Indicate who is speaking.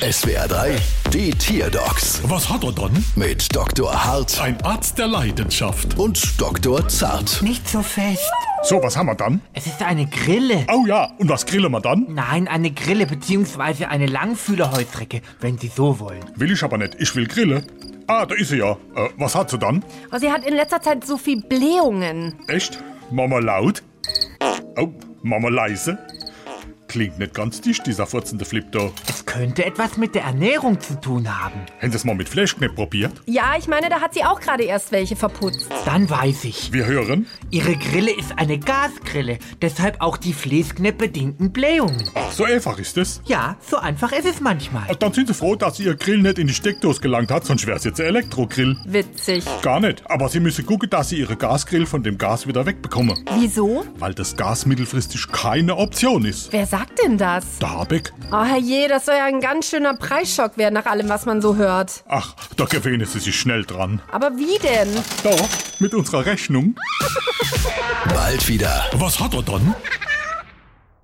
Speaker 1: SWR 3, die Tierdocs
Speaker 2: Was hat er dann?
Speaker 1: mit Dr. Hart
Speaker 2: Ein Arzt der Leidenschaft.
Speaker 1: und Dr. Zart.
Speaker 3: Nicht so fest.
Speaker 2: So, was haben wir dann?
Speaker 3: Es ist eine Grille.
Speaker 2: Oh ja, und was grillen wir dann?
Speaker 3: Nein, eine Grille beziehungsweise eine Langfühlerheuschrecke, wenn Sie so wollen.
Speaker 2: Will ich aber nicht. Ich will grillen. Ah, da ist sie ja. Äh, was hat sie dann?
Speaker 4: Oh, sie hat in letzter Zeit so viel Blähungen.
Speaker 2: Echt? Mama laut? Oh, Mama leise? Klingt nicht ganz dicht, dieser furzende Flip da.
Speaker 3: Es könnte etwas mit der Ernährung zu tun haben.
Speaker 2: Hätten Sie es mal mit Fleischknepp probiert?
Speaker 4: Ja, ich meine, da hat sie auch gerade erst welche verputzt.
Speaker 3: Dann weiß ich.
Speaker 2: Wir hören.
Speaker 3: Ihre Grille ist eine Gasgrille, deshalb auch die Fließknepp-bedingten Blähungen.
Speaker 2: Ach, so einfach ist es.
Speaker 3: Ja, so einfach ist es
Speaker 2: Ah,
Speaker 3: manchmal.
Speaker 2: Dann sind Sie froh, dass Ihr Grill nicht in die Steckdose gelangt hat, sonst wäre es jetzt ein Elektrogrill.
Speaker 4: Witzig.
Speaker 2: Gar nicht, aber Sie müssen gucken, dass Sie Ihre Gasgrill von dem Gas wieder wegbekommen.
Speaker 4: Wieso?
Speaker 2: Weil das Gas mittelfristig keine Option ist.
Speaker 4: Wer sagt denn das?
Speaker 2: Der Habeck?
Speaker 4: Oh, herrje, das soll ja ein ganz schöner Preisschock werden, nach allem, was man so hört.
Speaker 2: Ach, da gewöhnen Sie sich schnell dran.
Speaker 4: Aber wie denn?
Speaker 2: Da, mit unserer Rechnung.
Speaker 1: Bald wieder.
Speaker 2: Was hat er dann?